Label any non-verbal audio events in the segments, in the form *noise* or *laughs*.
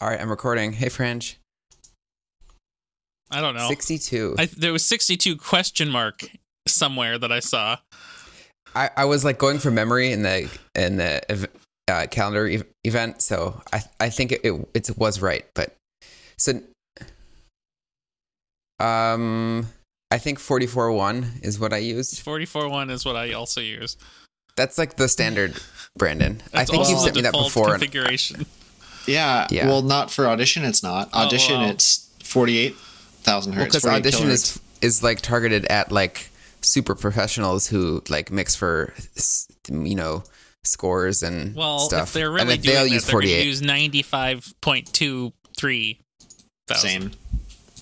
All right, I'm recording. Hey, Fringe. I don't know. 62. I, there was 62 question mark somewhere that I saw. I, I was like going from memory in the in the ev- uh, calendar ev- event, so I I think it, it it was right, but so um I think 441 is what I used. 44.1 is what I also use. That's like the *laughs* standard, Brandon. I That's think also you've the sent me that default before. and- *laughs* Configuration. Yeah, Yeah. Well, not for audition. It's not audition. Oh, wow. It's forty-eight thousand hertz. Well, because 48 audition kilohertz. is is like targeted at like super professionals who like mix for s- you know scores and Well, stuff. if they're and really if doing they'll that, use they're going 48. to use 95.23 thousand. same.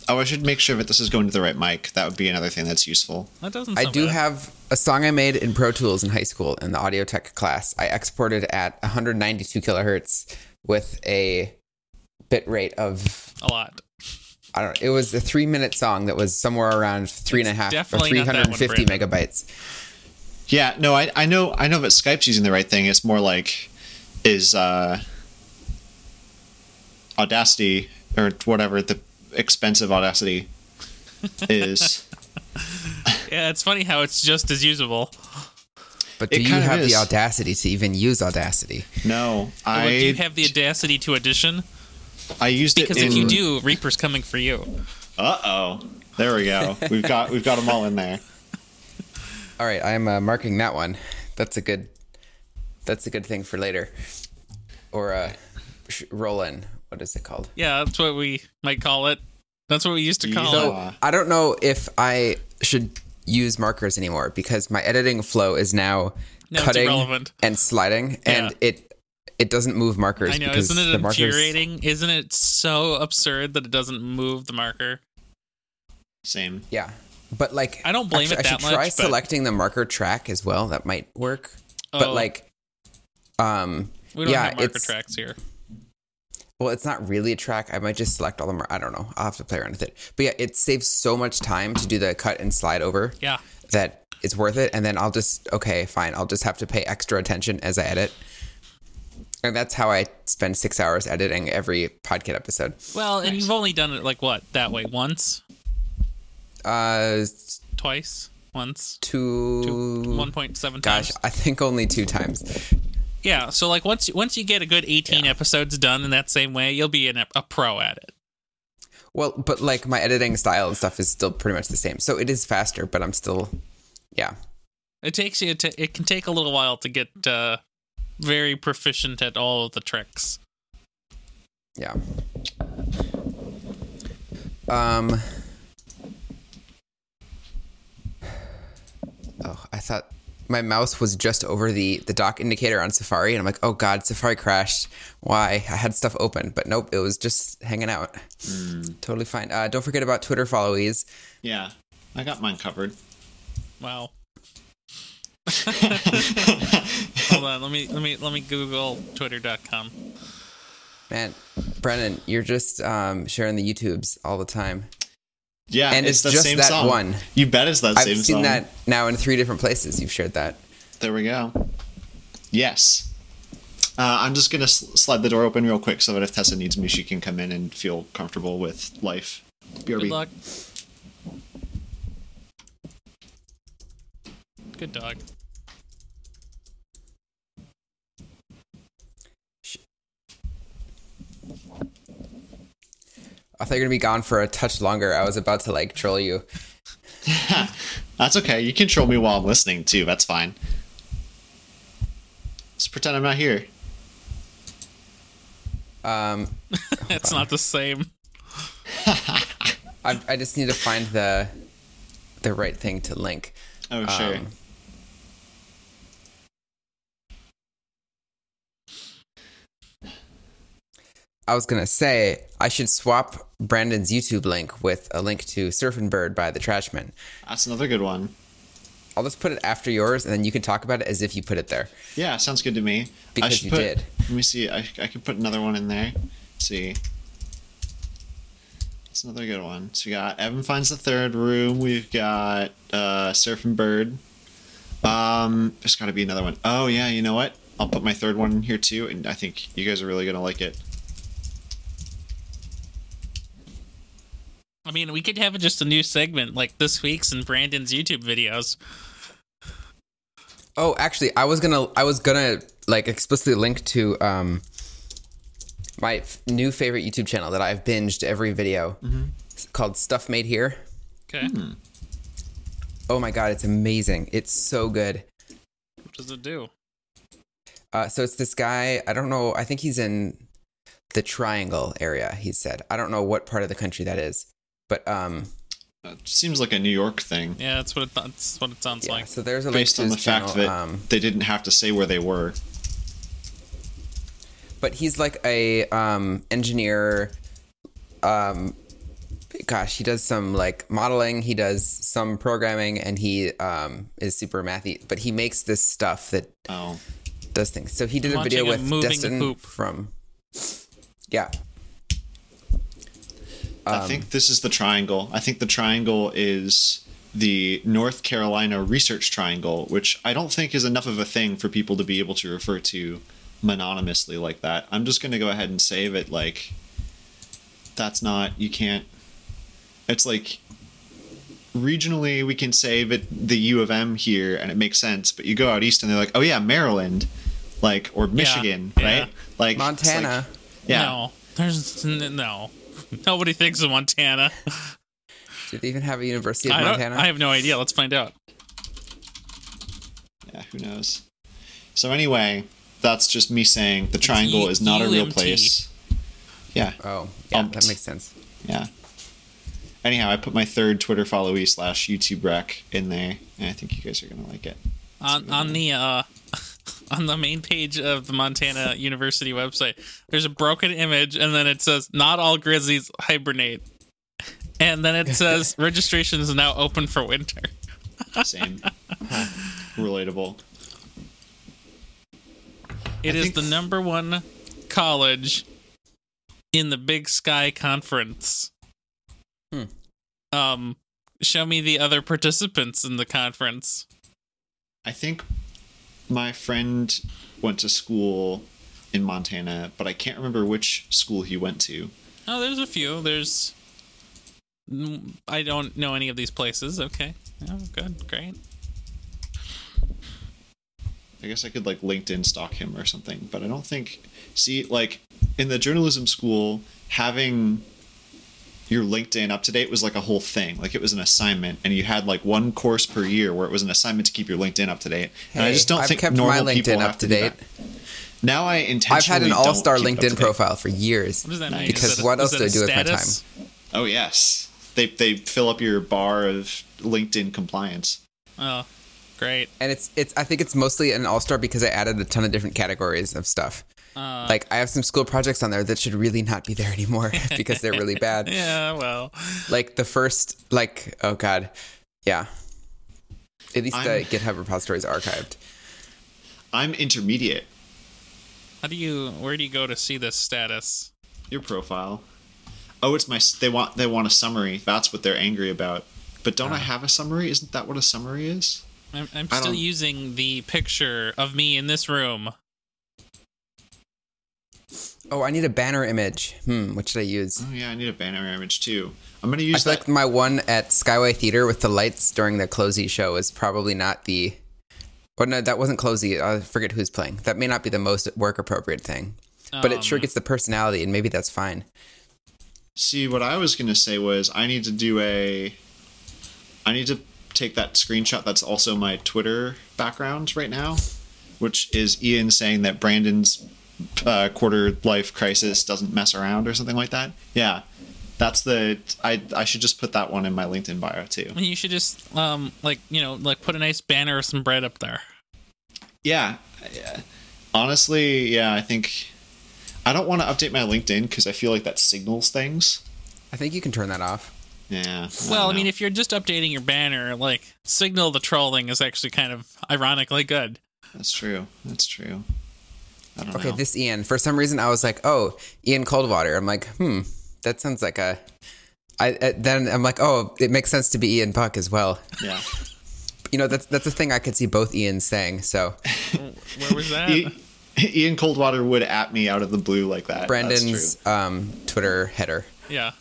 Oh, I should make sure that this is going to the right mic. That would be another thing that's useful. That doesn't I sound do bad. have a song I made in Pro Tools in high school in the audio tech class. I exported at 192 kilohertz with a bit rate of a lot. I don't know. It was a three minute song that was somewhere around three and a half definitely not that or one, 350 Brandon. megabytes. Yeah. No, I, I know I know that Skype's using the right thing. It's more like is uh, Audacity or whatever the expensive Audacity *laughs* is. Yeah, it's funny how it's just as usable. But It do you kind of have is. the audacity to even use Audacity? no, Well, I do you have the audacity to audition? I used Because it. if you do, Reaper's coming for you. uh oh, there we go. We've got we've got them all in there. All right, I'm uh, marking that one. That's a good. That's a good thing for later, or uh, sh- roll in. What is it called? Yeah, that's what we might call it. That's what we used to call So- it. Aw. I don't know if I should use markers anymore because my editing flow is now No, it's cutting irrelevant. and sliding, and it it doesn't move markers. I know, because isn't it the markers- infuriating? Isn't it so absurd that it doesn't move the marker? Same. Yeah, but like I don't blame actually, it I should that much, try but- selecting the marker track as well. That might work. But Oh. like, um, We don't yeah, have marker it's- tracks here. Well, it's not really a track. I might just select all the. Mar- I don't know. I'll have to play around with it. But yeah, it saves so much time to do the cut and slide over Yeah. that it's worth it. And then I'll just okay, fine. I'll just have to pay extra attention as I edit. And that's how I spend six hours editing every podcast episode. Well, and you've only done it like what that way once, Uh, twice, once, two. one point seven gosh, times. I think only two times. Yeah. So like once once you get a good eighteen episodes done in that same way, you'll be an, a pro at it. Well, but like my editing style and stuff is still pretty much the same. So it is faster, but I'm still, yeah. It takes you. To, it can take a little while to get uh, very proficient at all of the tricks. Yeah. Um. Oh, I thought my mouse was just over the the dock indicator on Safari, and I'm like, oh god, Safari crashed. Why? I had stuff open, but nope, it was just hanging out. Hmm. Totally fine. Uh, don't forget about Twitter followees. Yeah, I got mine covered. Wow. Hold on. Let me let me let me Google Twitter.com. Man, Brennan, you're just um, sharing the YouTubes all the time. Yeah, And it's, it's the just same that song. one. You bet it's that I've same seen song. that now in three different places. You've shared that. There we go. Yes. Uh, I'm just gonna sl- slide the door open real quick so that if Tessa needs me, she can come in and feel comfortable with life. Good BRB. luck. Good dog. I thought you were gonna be gone for a touch longer. I was about to like troll you. That's okay. You can troll me while I'm listening too. That's fine. Just pretend I'm not here. Um, It's not the same. I, I just need to find the the right thing to link. Oh sure. Um, I was gonna say I should swap Brandon's YouTube link with a link to Surfin' Bird by the Trashmen. That's another good one. I'll just put it after yours, and then you can talk about it as if you put it there. Yeah, sounds good to me. Because I should you put, did. Let me see. I, I can put another one in there. Let's see. That's another good one. So we got Evan finds the third room. We've got uh, Surf and Bird. Um, there's got to be another one. Oh yeah, you know what? I'll put my third one in here too, and I think you guys are really gonna like it. I mean, we could have just a new segment like this week's and Brandon's YouTube videos. Oh, actually, I was gonna I was gonna like explicitly link to um my f- new favorite YouTube channel that I've binged every video It's called Stuff Made Here. Okay, Oh my god, it's amazing! It's so good. what does it do? Uh, so it's this guy. I don't know. I think he's in the Triangle area. He said. I don't know what part of the country that is, but um, That Uh, seems like a New York thing, Yeah, that's what it th- that's what it sounds yeah. like. so there's a link based to on the his fact channel, that um, they didn't have to say where they were. but he's like a um, engineer. Um, gosh, he does some like modeling. He does some programming, and he um, is super mathy. But he makes this stuff that Oh, does things. So he did I'm a video watching him with moving the Destin poop. from. Yeah, Um, I think this is the triangle. I think the triangle is the North Carolina Research Triangle, which I don't think is enough of a thing for people to be able to refer to mononymously like that. I'm just going to go ahead and save it like that's not, you can't. It's like regionally, we can save it the U of M here and it makes sense, but you go out east and they're like, oh yeah, Maryland, like, or Michigan, yeah. right? Like, it's like- Montana. yeah. No, there's n- no. Nobody thinks of Montana. Did they even have a University of I don't. Montana? I have no idea. Let's find out. Yeah, who knows? So anyway, that's just me saying the triangle E- is not a real UMT. place. Yeah, oh, yeah, Umped. that makes sense. yeah. Anyhow, I put my third Twitter followee slash YouTube rec in there, and I think you guys are gonna like it. on on the uh, *laughs* on the main page of the Montana University website, there's a broken image, and then it says "Not all grizzlies hibernate," and then it *laughs* says registration is now open for winter. *laughs* Same, relatable. It I is think- the number one college in the Big Sky Conference. Hmm. Um, show me the other participants in the conference. I think my friend went to school in Montana, but I can't remember which school he went to. Oh, there's a few. There's. Mm, I don't know any of these places. Okay. Oh, good. Great. I guess I could like LinkedIn stalk him or something, but I don't think. See, like in the journalism school, having your LinkedIn up to date was like a whole thing. Like it was an assignment, and you had like one course per year where it was an assignment to keep your LinkedIn up to date. and I Hey, just don't I've think kept normal my people LinkedIn have up to do date. that. Now I I've intentionally had an don't all-star keep it up to LinkedIn date. profile for years. What does that mean? Because Is that a- what else is that do I a do with my status? time? Oh yes, they they fill up your bar of LinkedIn compliance. Oh, great. And it's it's I think it's mostly an all-star because I added a ton of different categories of stuff. Uh, like I have some school projects on there that should really not be there anymore *laughs* because they're really *laughs* bad. yeah, well, Like the first like oh god. Yeah. At least the I'm- GitHub repository is archived. I'm intermediate. how do you? Where do you go to see this status? your profile. Oh, it's my. s- They want they want a summary. That's what they're angry about. But don't I have a summary? Isn't that what a summary is? I'm, I'm I still don't- using the picture of me in this room. Oh, I need a banner image. Hmm, what should I use? Oh yeah, I need a banner image too. I'm gonna I use feel that. like my one at Skyway Theater with the lights during the Closey show is probably not the or no, that wasn't Closey. I forget who's playing. That may not be the most work appropriate thing. But it sure Um, gets the personality and maybe that's fine. See, what I was gonna say was I need to do a. I need to take that screenshot. That's also my Twitter background right now, which is Ian saying that Brandon's uh, quarter life crisis doesn't mess around or something like that. Yeah, that's the. I I should just put that one in my LinkedIn bio too. You should just um like you know like put a nice banner or some bread up there. yeah, yeah. honestly yeah i think i don't want to update my linkedin because i feel like that signals things I think you can turn that off. yeah Well, I don't mean, know. if you're just updating your banner, like signal the trolling is actually kind of ironically good. that's true that's true i don't Okay, know this Ian. For some reason, I was like, "Oh, Ian Coldwater." I'm like, "Hmm, that sounds like a." I uh, then I'm like, "Oh, it makes sense to be Ian Buck as well." yeah You know, that's that's a thing I could see both Ians saying. So Where *laughs* was *laughs* that? I- E-, ian coldwater would at me out of the blue like that That's true. Brandon's um, Twitter header. yeah.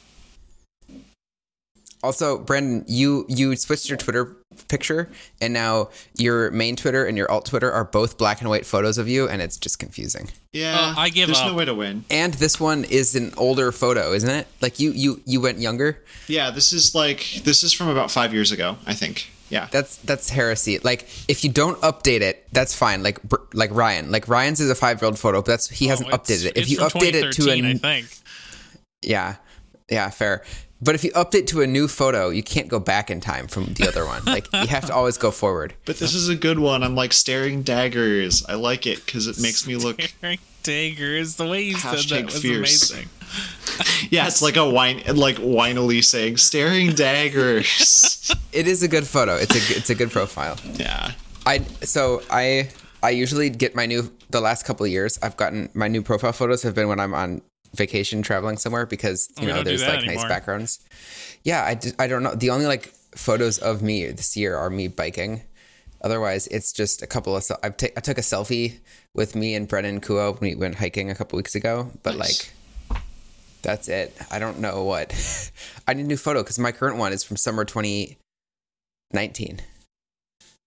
Also, Brandon, you you switched your Twitter picture, and now your main Twitter and your alt Twitter are both black and white photos of you, and it's just confusing. Yeah, Uh, I give There's up. no way to win. And this one is an older photo, isn't it? Like you you you went younger. Yeah, this is like this is from about five years ago, I think. Yeah. That's that's heresy. Like if you don't update it, that's fine. Like Br- like Ryan, like Ryan's is a five year old photo, but that's he hasn't Oh, it's- updated it. If it's you from update it to 2013, a I think. *laughs* Yeah. Yeah, fair. But if you update to a new photo, you can't go back in time from the other one. Like you have to always go forward. But this is a good one. I'm like staring daggers. I like it because it makes *laughs* me look Eric Daggers, the way you said that hashtag was fierce. amazing. Yeah, it's like a wine, like winily saying *laughs* staring daggers. It is a good photo. It's a g- it's a good profile. yeah. I so I I usually get my new the last couple of years I've gotten my new profile photos have been when I'm on vacation traveling somewhere because you Oh, We know don't do there's that like nice anymore. backgrounds. Yeah, I, d- I don't know. The only like photos of me this year are me biking. Otherwise, it's just a couple of. se- I've ta- I took a selfie with me and Brennan Kuo when we went hiking a couple weeks ago, but Nice. like that's it. I don't know what. *laughs* I need a new photo because my current one is from summer 2019,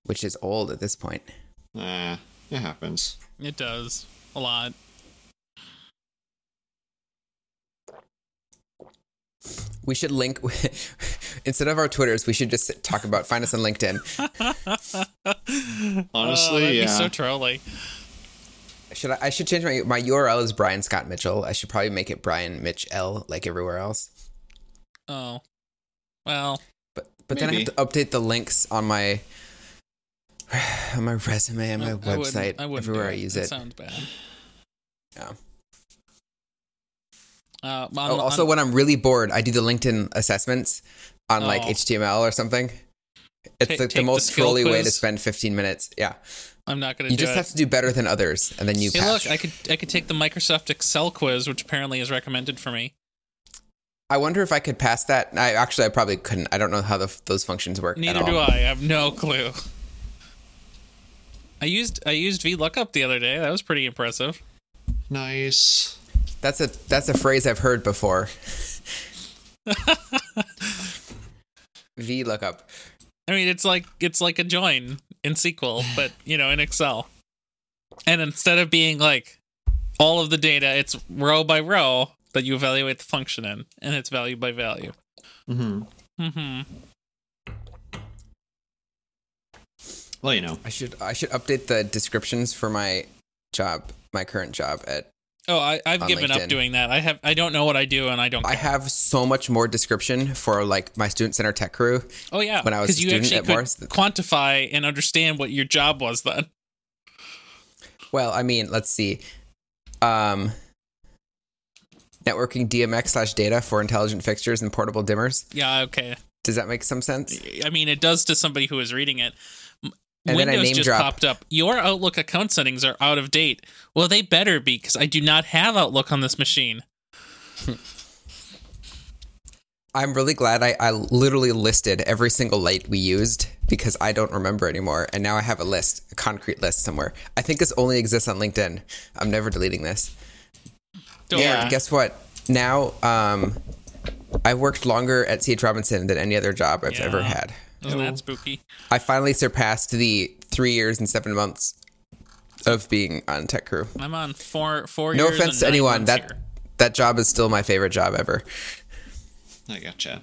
which is old at this point. Uh, it happens. It does a lot. *laughs* We should link *laughs* instead of our Twitters. We should just talk about find us on LinkedIn. Honestly, Oh, that'd yeah. Be so trolly. Should I, I should change my my URL is Brian Scott Mitchell. I should probably make it Brian Mitch L like everywhere else. Oh, well, But but then I have Maybe. to update the links on my *sighs* on my resume and my I- I wouldn't- website I wouldn't do everywhere I it. use That it. Sounds bad. Yeah. Uh, on, Oh, also, on- when I'm really bored, I do the LinkedIn assessments on like Oh. HTML or something. Ta- It's the, take the the most skill trolly way to quiz. spend 15 minutes. Yeah, I'm not gonna. you do just it. have to do better than others, and then you Hey, pass. look, I could I could take the Microsoft Excel quiz, which apparently is recommended for me. I wonder if I could pass that. I actually, I probably couldn't. I don't know how the, those functions work. Neither at all. do I. I have no clue. I used I used VLOOKUP the other day. That was pretty impressive. Nice. That's a that's a phrase I've heard *laughs* before. v lookup. I mean, it's like it's like a join in SQL, *laughs* but you know, in Excel. And instead of being like all of the data, it's row by row that you evaluate the function in, and it's value by value. hmm hmm Well, you know. I should I should update the descriptions for my job, my current job at. Oh, I, I've On given LinkedIn. up doing that. I have I don't know what I do, and I don't. I Care. have so much more description for like my student center tech crew. oh yeah, when I was 'cause a you student actually at could Morris- quantify and understand what your job was then. Well, I mean, let's see. Um, networking DMX slash data for intelligent fixtures and portable dimmers. Yeah, okay. Does that make some sense? I mean, it does to somebody who is reading it. M- And then I Windows name just drop. popped up. Your Outlook account settings are out of date. Well, they better be because I do not have Outlook on this machine. I'm really glad I, I literally listed every single light we used because I don't remember anymore. And now I have a list, a concrete list somewhere. I think this only exists on LinkedIn. I'm never deleting this. Don't Yeah. worry. Guess what? Now um, I've worked longer at C.H. Robinson than any other job I've Yeah. ever had. Isn't that spooky? I finally surpassed the three years and seven months of being on tech crew. I'm on four four. No years offense and to nine anyone. months That here. that job is still my favorite job ever. I gotcha.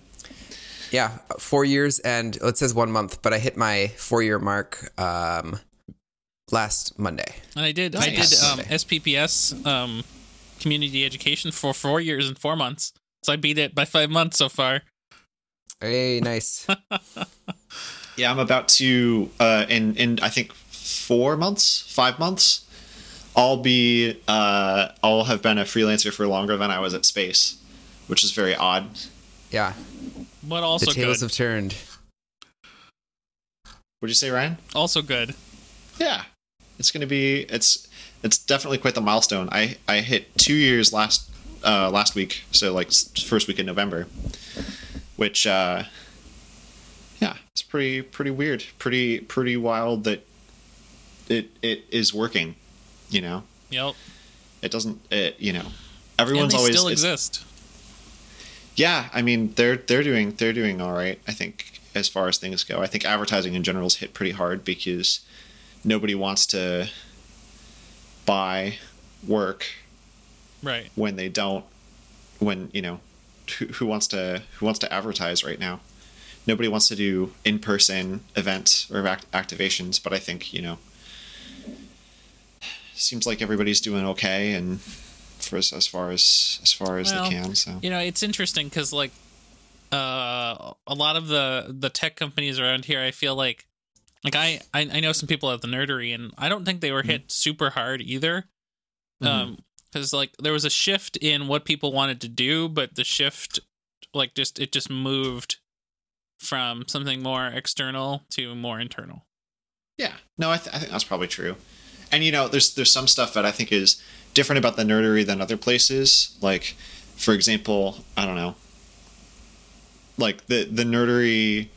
Yeah, four years and oh, it says one month, but I hit my four year mark um, last Monday. and I did. I did Nice. um, SPPS um, community education for four years and four months. So I beat it by five months so far. Hey, nice. Yeah, I'm about to uh in in I think 4 months, 5 months I'll be uh I'll have been a freelancer for longer than I was at Space, which is very odd. *laughs* Yeah, But the also tables good. have turned. Would you say, Ryan? also good. Yeah. It's going to be it's it's definitely quite the milestone. I I hit 2 years last uh last week, so like s- first week in November. Which uh yeah, it's pretty pretty weird. Pretty pretty wild that it it is working, you know. Yep. it doesn't it you know And everyone's they always still it's- exist. yeah, I mean they're they're doing they're doing all right. I think as far as things go, I think advertising in general is hit pretty hard because nobody wants to buy work Right. when they don't when you know who, who wants to who wants to advertise right now nobody wants to do in-person events or act- activations but i think you know seems like everybody's doing okay and for as, as far as as far as Well, they can so You know, it's interesting because like uh, a lot of the the tech companies around here, I feel like like I I, I know some people at the Nerdery, and I don't think they were hit super hard either. Um, because like there was a shift in what people wanted to do, but the shift like just it just moved from something more external to more internal. Yeah, no, I, th- I think that's probably true. And you know, there's there's some stuff that I think is different about the nerdery than other places. Like, for example, I don't know, like the the nerdery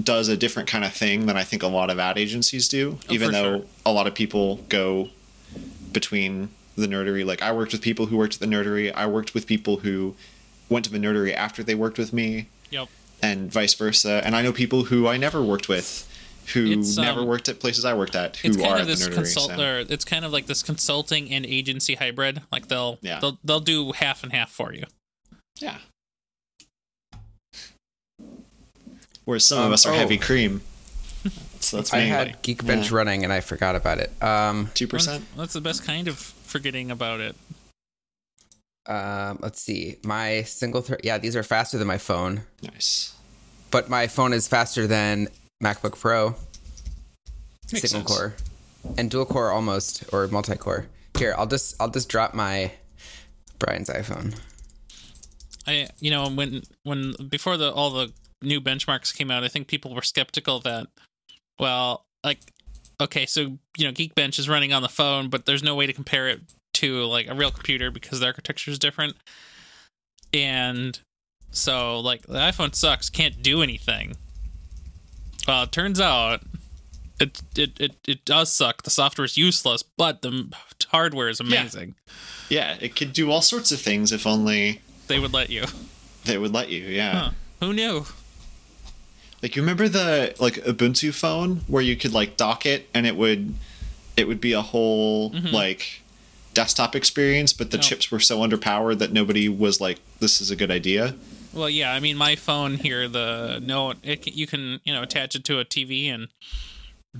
does a different kind of thing than I think a lot of ad agencies do. Oh, even for though sure. a lot of people go between the nerdery. Like, I worked with people who worked at the nerdery. I worked with people who went to the nerdery after they worked with me Yep. and vice versa. And I know people who I never worked with, who It's, um, never worked at places I worked at, it's who kind are of at the this nerdery. consult So. or it's kind of like this consulting and agency hybrid. Like they'll Yeah. they'll they'll do half and half for you. Yeah. Whereas some Um, of us are oh. *laughs* heavy cream. So that's I me. had Geekbench Yeah. running and I forgot about it. Um, two percent. That's- That's the best kind of forgetting about it. um, let's see. My single thread. Yeah, these are faster than my phone, Nice. but my phone is faster than MacBook Pro. Makes single sense. core and dual core almost or multi core. Here, I'll just I'll just drop my Brian's iPhone. I you know when when before the all the new benchmarks came out, I think people were skeptical that well, like okay, so you know Geekbench is running on the phone, but there's no way to compare it to like a real computer because the architecture is different. And so like the iPhone sucks, can't do anything. Well, it turns out it it it, it does suck. The software is useless, but the m- hardware is amazing. Yeah, it could do all sorts of things if only They would let you. they would let you. Yeah. Huh. Who knew? Like you remember the like Ubuntu phone where you could like dock it and it would it would be a whole Mm-hmm. like desktop experience, but the No. chips were so underpowered that nobody was like, "This is a good idea." Well, yeah, I mean, my phone here, the no, it can, you can you know attach it to a TV and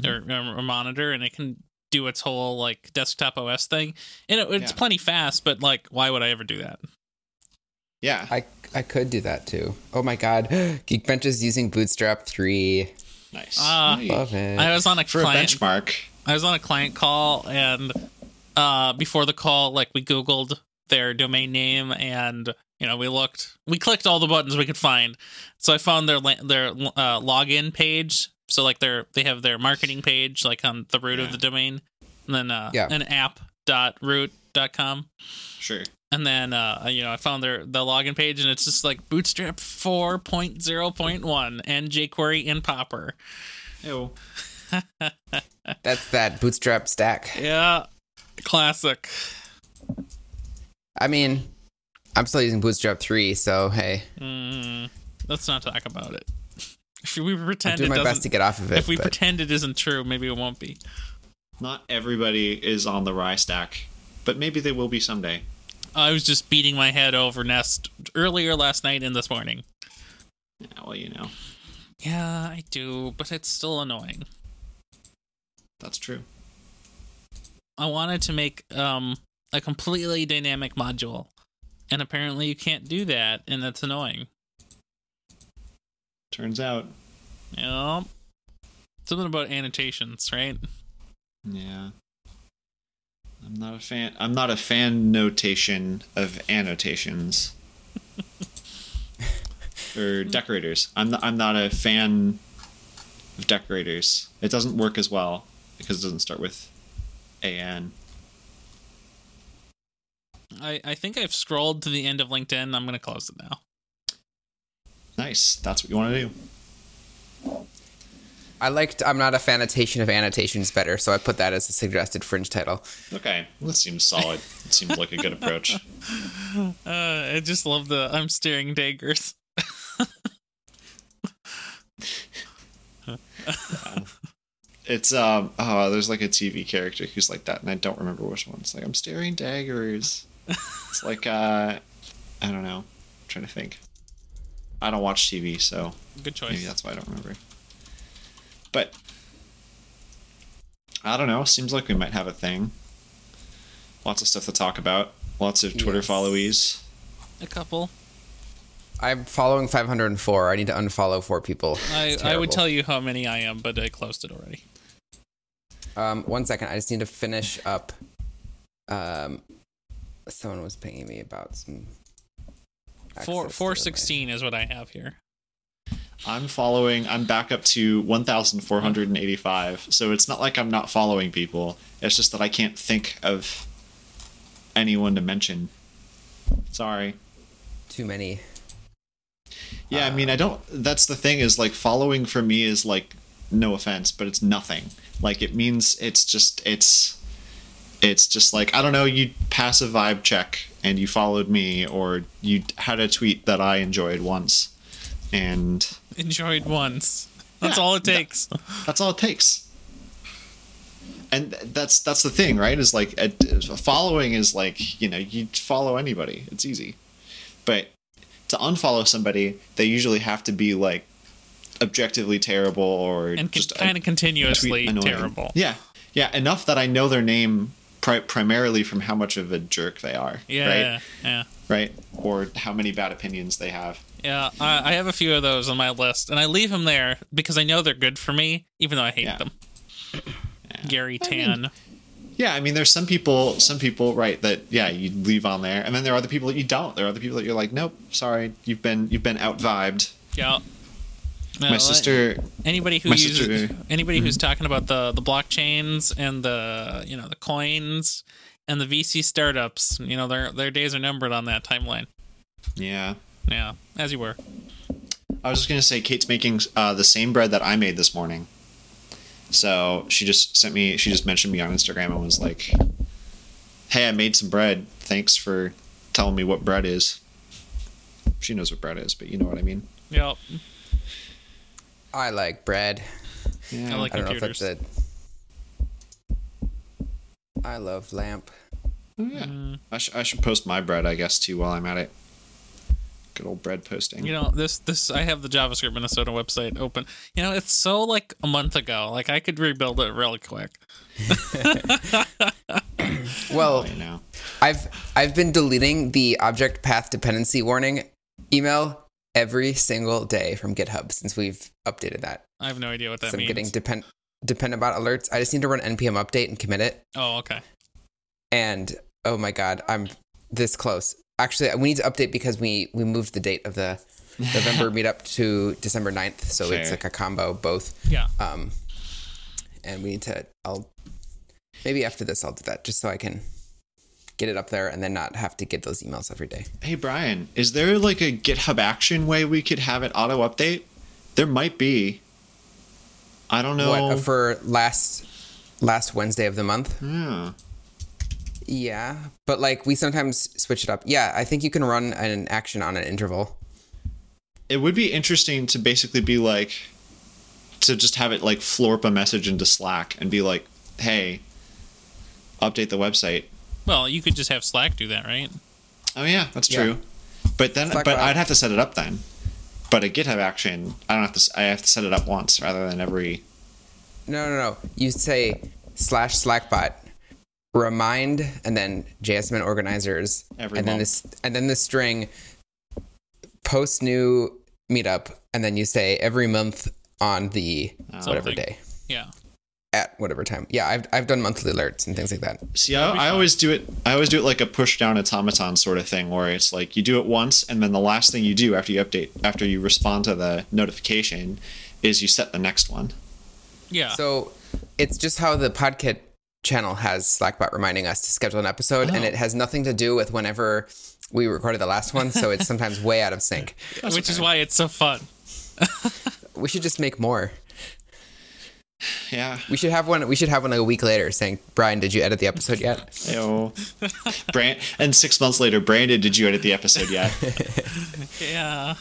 or, Mm-hmm. or a monitor, and it can do its whole like desktop OS thing. And it, it's Yeah. plenty fast, but like, why would I ever do that? Yeah, I I could do that too. Oh my god, *gasps* Geekbench is using Bootstrap three. nice. Ah. Nice. Love it. I was on a For a client, benchmark, I was on a client call, and uh, before the call, like we Googled their domain name, and you know we looked, we clicked all the buttons we could find. So I found their la- their uh, login page. So like their they have their marketing page, like on the root of Yeah. the domain, and then uh, Yeah. an app dot root dot com sure. and then uh you know i found their the login page and it's just like bootstrap 4.0.1 and jquery and popper Ew. That's that Bootstrap stack. yeah classic I mean, I'm still using Bootstrap three, so hey, Mm, let's not talk about it. If we I'm pretend it doing my best to doesn't, get off of it. if we but pretend it isn't true, maybe it won't be. Not everybody is on the Rye stack, but maybe they will be someday. I was just beating my head over Nest earlier last night and this morning. Yeah, well, you know, Yeah, I do, but it's still annoying. that's true. I wanted to make um a completely dynamic module, and apparently you can't do that, and that's annoying. Turns out, Yep. Something about annotations, right? yeah. I'm not a fan. I'm not a fan notation of annotations or decorators. I'm not, I'm not a fan of decorators. It doesn't work as well because it doesn't start with a n. I I think I've scrolled to the end of LinkedIn. I'm gonna close it now. Nice. That's what you want to do. I liked. I'm not a fannotation of annotations better, so I put that as a suggested fringe title. Okay, well, that seems solid. It seems like a good approach. Uh, I just love the I'm steering daggers. It's um, oh, there's like a TV character who's like that, and I don't remember which one. It's like I'm staring daggers. It's like uh, I don't know. I'm trying to think. I don't watch TV, so Good maybe choice. that's why I don't remember. But I don't know. Seems like we might have a thing. Lots of stuff to talk about. Lots of Twitter Yes. followees. A couple. I'm following 504. I need to unfollow four people. I, I would tell you how many I am, but I closed it already. Um, one second. I just need to finish up. Um, someone was pinging me about some. Four access four to my- sixteen is what I have here. I'm following. I'm back up to 1,485. So it's not like I'm not following people. It's just that I can't think of anyone to mention. Sorry. Too many. Yeah, I mean, I don't. That's the thing is like following for me is like no offense, but it's nothing. Like it means it's just it's it's just like I don't know. You pass a vibe check and you followed me, or you had a tweet that I enjoyed once, and Enjoyed once. That's Yeah, all it *laughs* that- takes. that's all it takes and th- that's that's the thing right is like a, a following is like you know you follow anybody it's easy but to unfollow somebody they usually have to be like objectively terrible or and just a- kind of a tweet continuously annoying. terrible. yeah yeah enough that i know their name pri- primarily from how much of a jerk they are Yeah, right yeah, right or how many bad opinions they have yeah. I, I have a few of those on my list, and I leave them there because I know they're good for me, even though I hate *clears throat* Yeah. them. Gary I mean- Tan. Yeah, I mean, there's some people, some people, right? That yeah, you leave on there, and then there are other people that you don't. There are other people that you're like, nope, sorry, you've been you've been out vibed. yeah. No, my I- sister, Anybody who my uses sister- Mm-hmm. anybody who's talking about the the blockchains and the you know the coins and the VC startups, you know their their days are numbered on that timeline. yeah. Yeah, as you were. I was just gonna say, Kate's making uh, the same bread that I made this morning. So she just sent me. She just mentioned me on Instagram and was like, "Hey, I made some bread. Thanks for telling me what bread is." She knows what bread is, but you know what I mean. Yep. I like bread. Yeah. I like I don't computers. know if that's it. I love lamp. Oh, yeah. Mm-hmm. I, sh- I should post my bread, I guess, too, while I'm at it. Good old bread posting. You know, this this I have the JavaScript Minnesota website open. You know, it's so like a month ago. Like I could rebuild it really quick. Well, Right now. I've I've been deleting the object path dependency warning email every single day from GitHub since we've updated that. I have no idea what that so I'm means. getting depend depend about alerts. I just need to run npm update and commit it. oh, okay. And oh my god, I'm this close. Actually, we need to update because we we moved the date of the *laughs* November meetup to December 9th, so it's Fair. like a combo both. Yeah. Um, and we need to. I'll maybe after this I'll do that just so I can get it up there and then not have to get those emails every day. Hey, Brian, is there like a GitHub action way we could have it auto update? There might be. I don't know. What uh, for last last Wednesday of the month? yeah. Yeah, but like we sometimes switch it up. Yeah, I think you can run an action on an interval. It would be interesting to basically be like, to just have it like floor up a message into Slack and be like, hey, update the website. Well, you could just have Slack do that, right? Oh yeah, that's Yeah. true. But then, Slack but Live. I'd have to set it up then. But a GitHub action, I don't have to. s- I have to set it up once rather than every. No, no, no. You say slash slackbot remind and then JSMin organizers Every and then month. this and then the string post new meetup and then you say every month on the whatever Something. day Yeah. at whatever time. Yeah, I've I've done monthly alerts and things like that. See, I, I always do it. I always do it like a push down automaton sort of thing, where it's like you do it once, and then the last thing you do after you update, after you respond to the notification, is you set the next one. Ah. Yeah. So it's just how the podcast channel has Slackbot reminding us to schedule an episode Oh. and it has nothing to do with whenever we recorded the last one, so *laughs* it's sometimes way out of sync. Which is why it's so fun. We should just make more. Yeah. We should have one. We should have one like a week later saying, "Brian, did you edit the episode *laughs* yet?" Ew. Brand- and six months later, Brandon, did you edit the episode *laughs* yet? Yeah.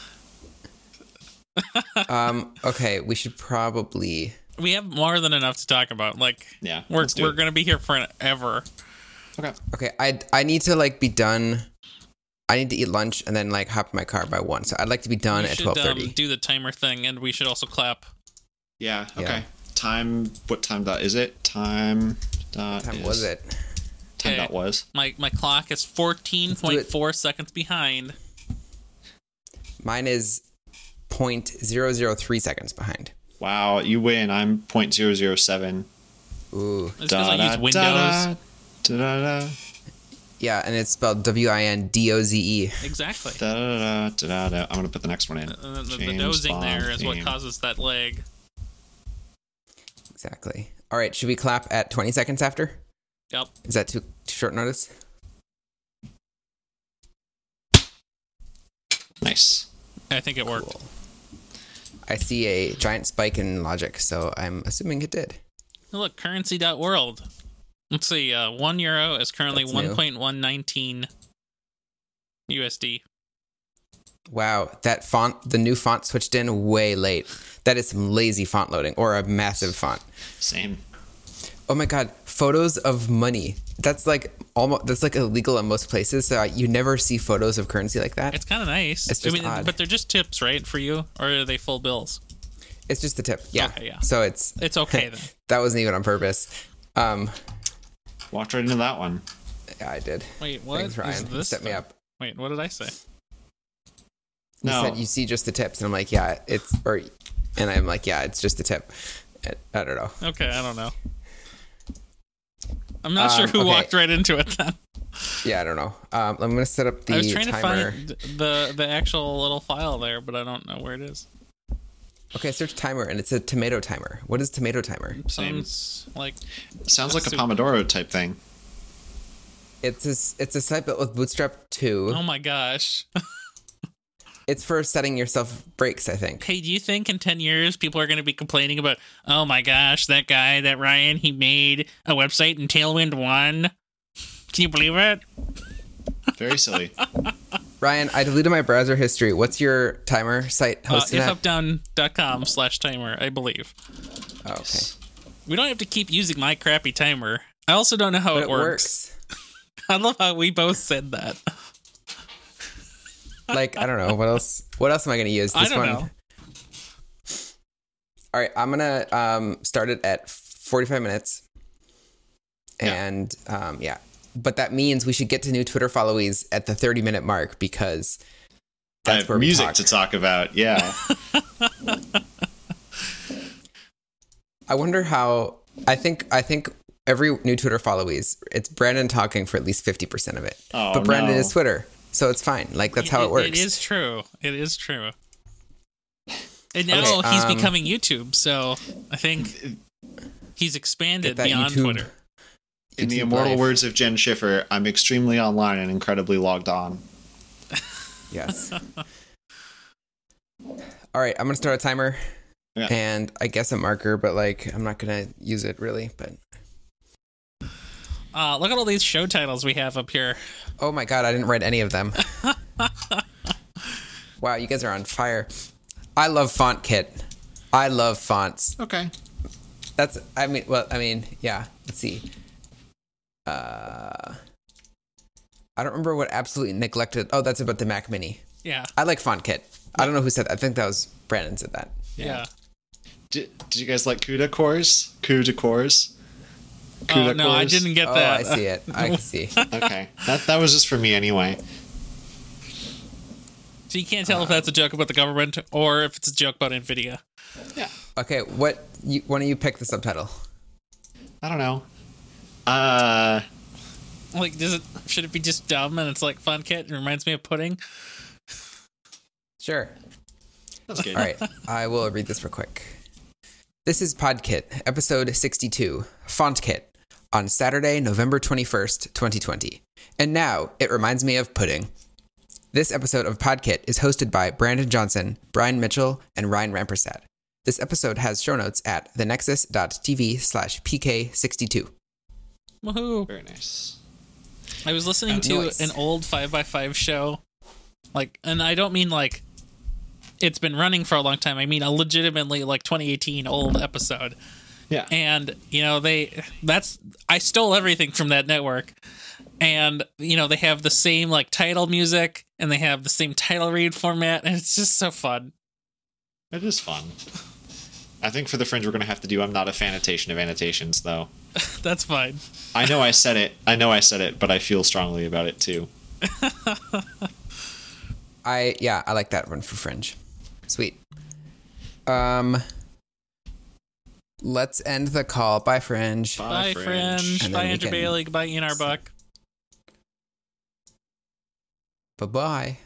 um, okay, we should probably. We have more than enough to talk about. Like, Yeah, we're, let's do we're it. going to be here forever. okay. Okay, I I need to like be done. I need to eat lunch and then like hop in my car by one. So I'd like to be done We at should twelve um, thirty. do the timer thing, and we should also clap. Yeah. Yeah. Okay. Time. What time dot is it? Time. Dot time is- was it? Time dot Okay. was. My my clock is fourteen point four seconds behind. Mine is point zero zero three seconds behind. Wow, you win. I'm point zero zero seven. Ooh, It's because I use Windows. Da da da yeah, and it's spelled W I N D O Z E. Exactly. da da da da da. I'm gonna put the next one in. And then the, the James dozing Bond there is what theme. causes that lag. Exactly. All right, should we clap at twenty seconds after? Yep. Is that too, too short notice? Nice. I think it worked. Cool. I see a giant spike in logic, so I'm assuming it did. Look, currency.world. Let's see. Uh, one euro is currently That's new. 1.119 USD. Wow, that font, the new font switched in way late. That is some lazy font loading or a massive font. Same. Oh my god, photos of money. That's like almost that's like illegal in most places. So you never see photos of currency like that. It's kind of nice. It's I just mean, odd. but they're just tips, right? For you, or are they full bills? It's just the tip. Yeah. Okay, yeah. So it's It's *laughs* okay then. that wasn't even on purpose. Um Walked right into that one. yeah, I did. Wait, what Thanks, is Ryan. You this? set me thing? up. Wait, what did I say? You No. said you see just the tips, and I'm like, yeah, it's or, and I'm like, yeah, it's just the tip. I- I don't know. Okay, I don't know. I'm not Um, sure who okay. walked right into it then. Yeah, I don't know. Um, I'm gonna set up the I was trying timer. to find the the actual little file there, but I don't know where it is. Okay, search timer, and it's a tomato timer. What is tomato timer? Same. Sounds like Sounds like a Super- Pomodoro type thing. It's a s- it's a site built with Bootstrap two. oh my gosh. *laughs* It's for setting yourself breaks, I think. Hey, do you think in 10 years people are going to be complaining about, oh my gosh, that guy, that Ryan, he made a website in Tailwind 1? Can you believe it? *laughs* Very silly. Ryan, I deleted my browser history. What's your timer site Uh, hosting at? ifupdown.com slash timer, I believe. Oh, okay, We don't have to keep using my crappy timer. I also don't know how but oh, it, works. *laughs* I love how we both said that. Like I don't know what else. What else am I gonna use? *laughs* I don't know. All right, I'm gonna um, start it at 45 minutes, Yeah. and um, yeah, but that means we should get to new Twitter followees at the 30 minute mark because I that's have where Uh, music we talk. to talk *laughs* about. Yeah. I wonder how. I think I think every new Twitter followees, it's Brandon talking for at least 50 percent of it. Oh, but Brandon no. is Twitter, so it's fine. Like that's how it, It- works. It is true. It is true. And now Okay, he's um, becoming YouTube, so I think he's expanded that beyond YouTube- Twitter. In the YouTube immortal life. words of Jen Schiffer, I'm extremely online and incredibly logged on. *laughs* Yes. All right, I'm gonna start a timer, Yeah. and I guess a marker, but like I'm not gonna use it really. But Uh, look at all these show titles we have up here. oh my god, I didn't read any of *laughs* them. wow, you guys are on fire. I love font kit. I love fonts. Okay. That's I mean well I mean yeah let's see. Uh, I don't remember what absolutely neglected. Oh, that's about the Mac Mini. Yeah, I like font kit. I don't know who said that. I think that was Brandon said that. yeah. Did, did you guys like CUDA cores? CUDA cores? Oh no, I didn't get oh, that. Uh, I see it. I can *laughs* see. Okay. That, that was just for me anyway. So you can't tell Uh. if that's a joke about the government or if it's a joke about Nvidia. Yeah. Okay, what? You, why don't you pick the subtitle? I don't know. Uh, Like, does it should it be just dumb and it's like fun kit? It reminds me of pudding. Sure. that's good. All right, I will read this real quick. This is Podkit, episode 62, Font Kit, on Saturday, November 21st, 2020. And now it reminds me of pudding. This episode of Podkit is hosted by Brandon Johnson, Brian Mitchell, and Ryan Rampersad. This episode has show notes at thenexus.tv slash pk62. Woohoo! Very nice. I was listening And to noise. an old 5x5 show. Like, and I don't mean like it's been running for a long time. I mean a legitimately like 2018 old episode. Yeah. And, you know, they that's I stole everything from that network. And, you know, they have the same like title music and they have the same title read format and it's just so fun. It is fun. I think for the fringe we're gonna have to do I'm not a fanitation of annotations though. That's fine. I know I said it. I know I said it, but I feel strongly about it too. I yeah, I like that one for Fringe. Sweet. Um, let's end the call. Bye, Fringe. Bye, Fringe. And then Bye, we Andrew can- Bailey. Bye, Ian Arbuck. Bye bye.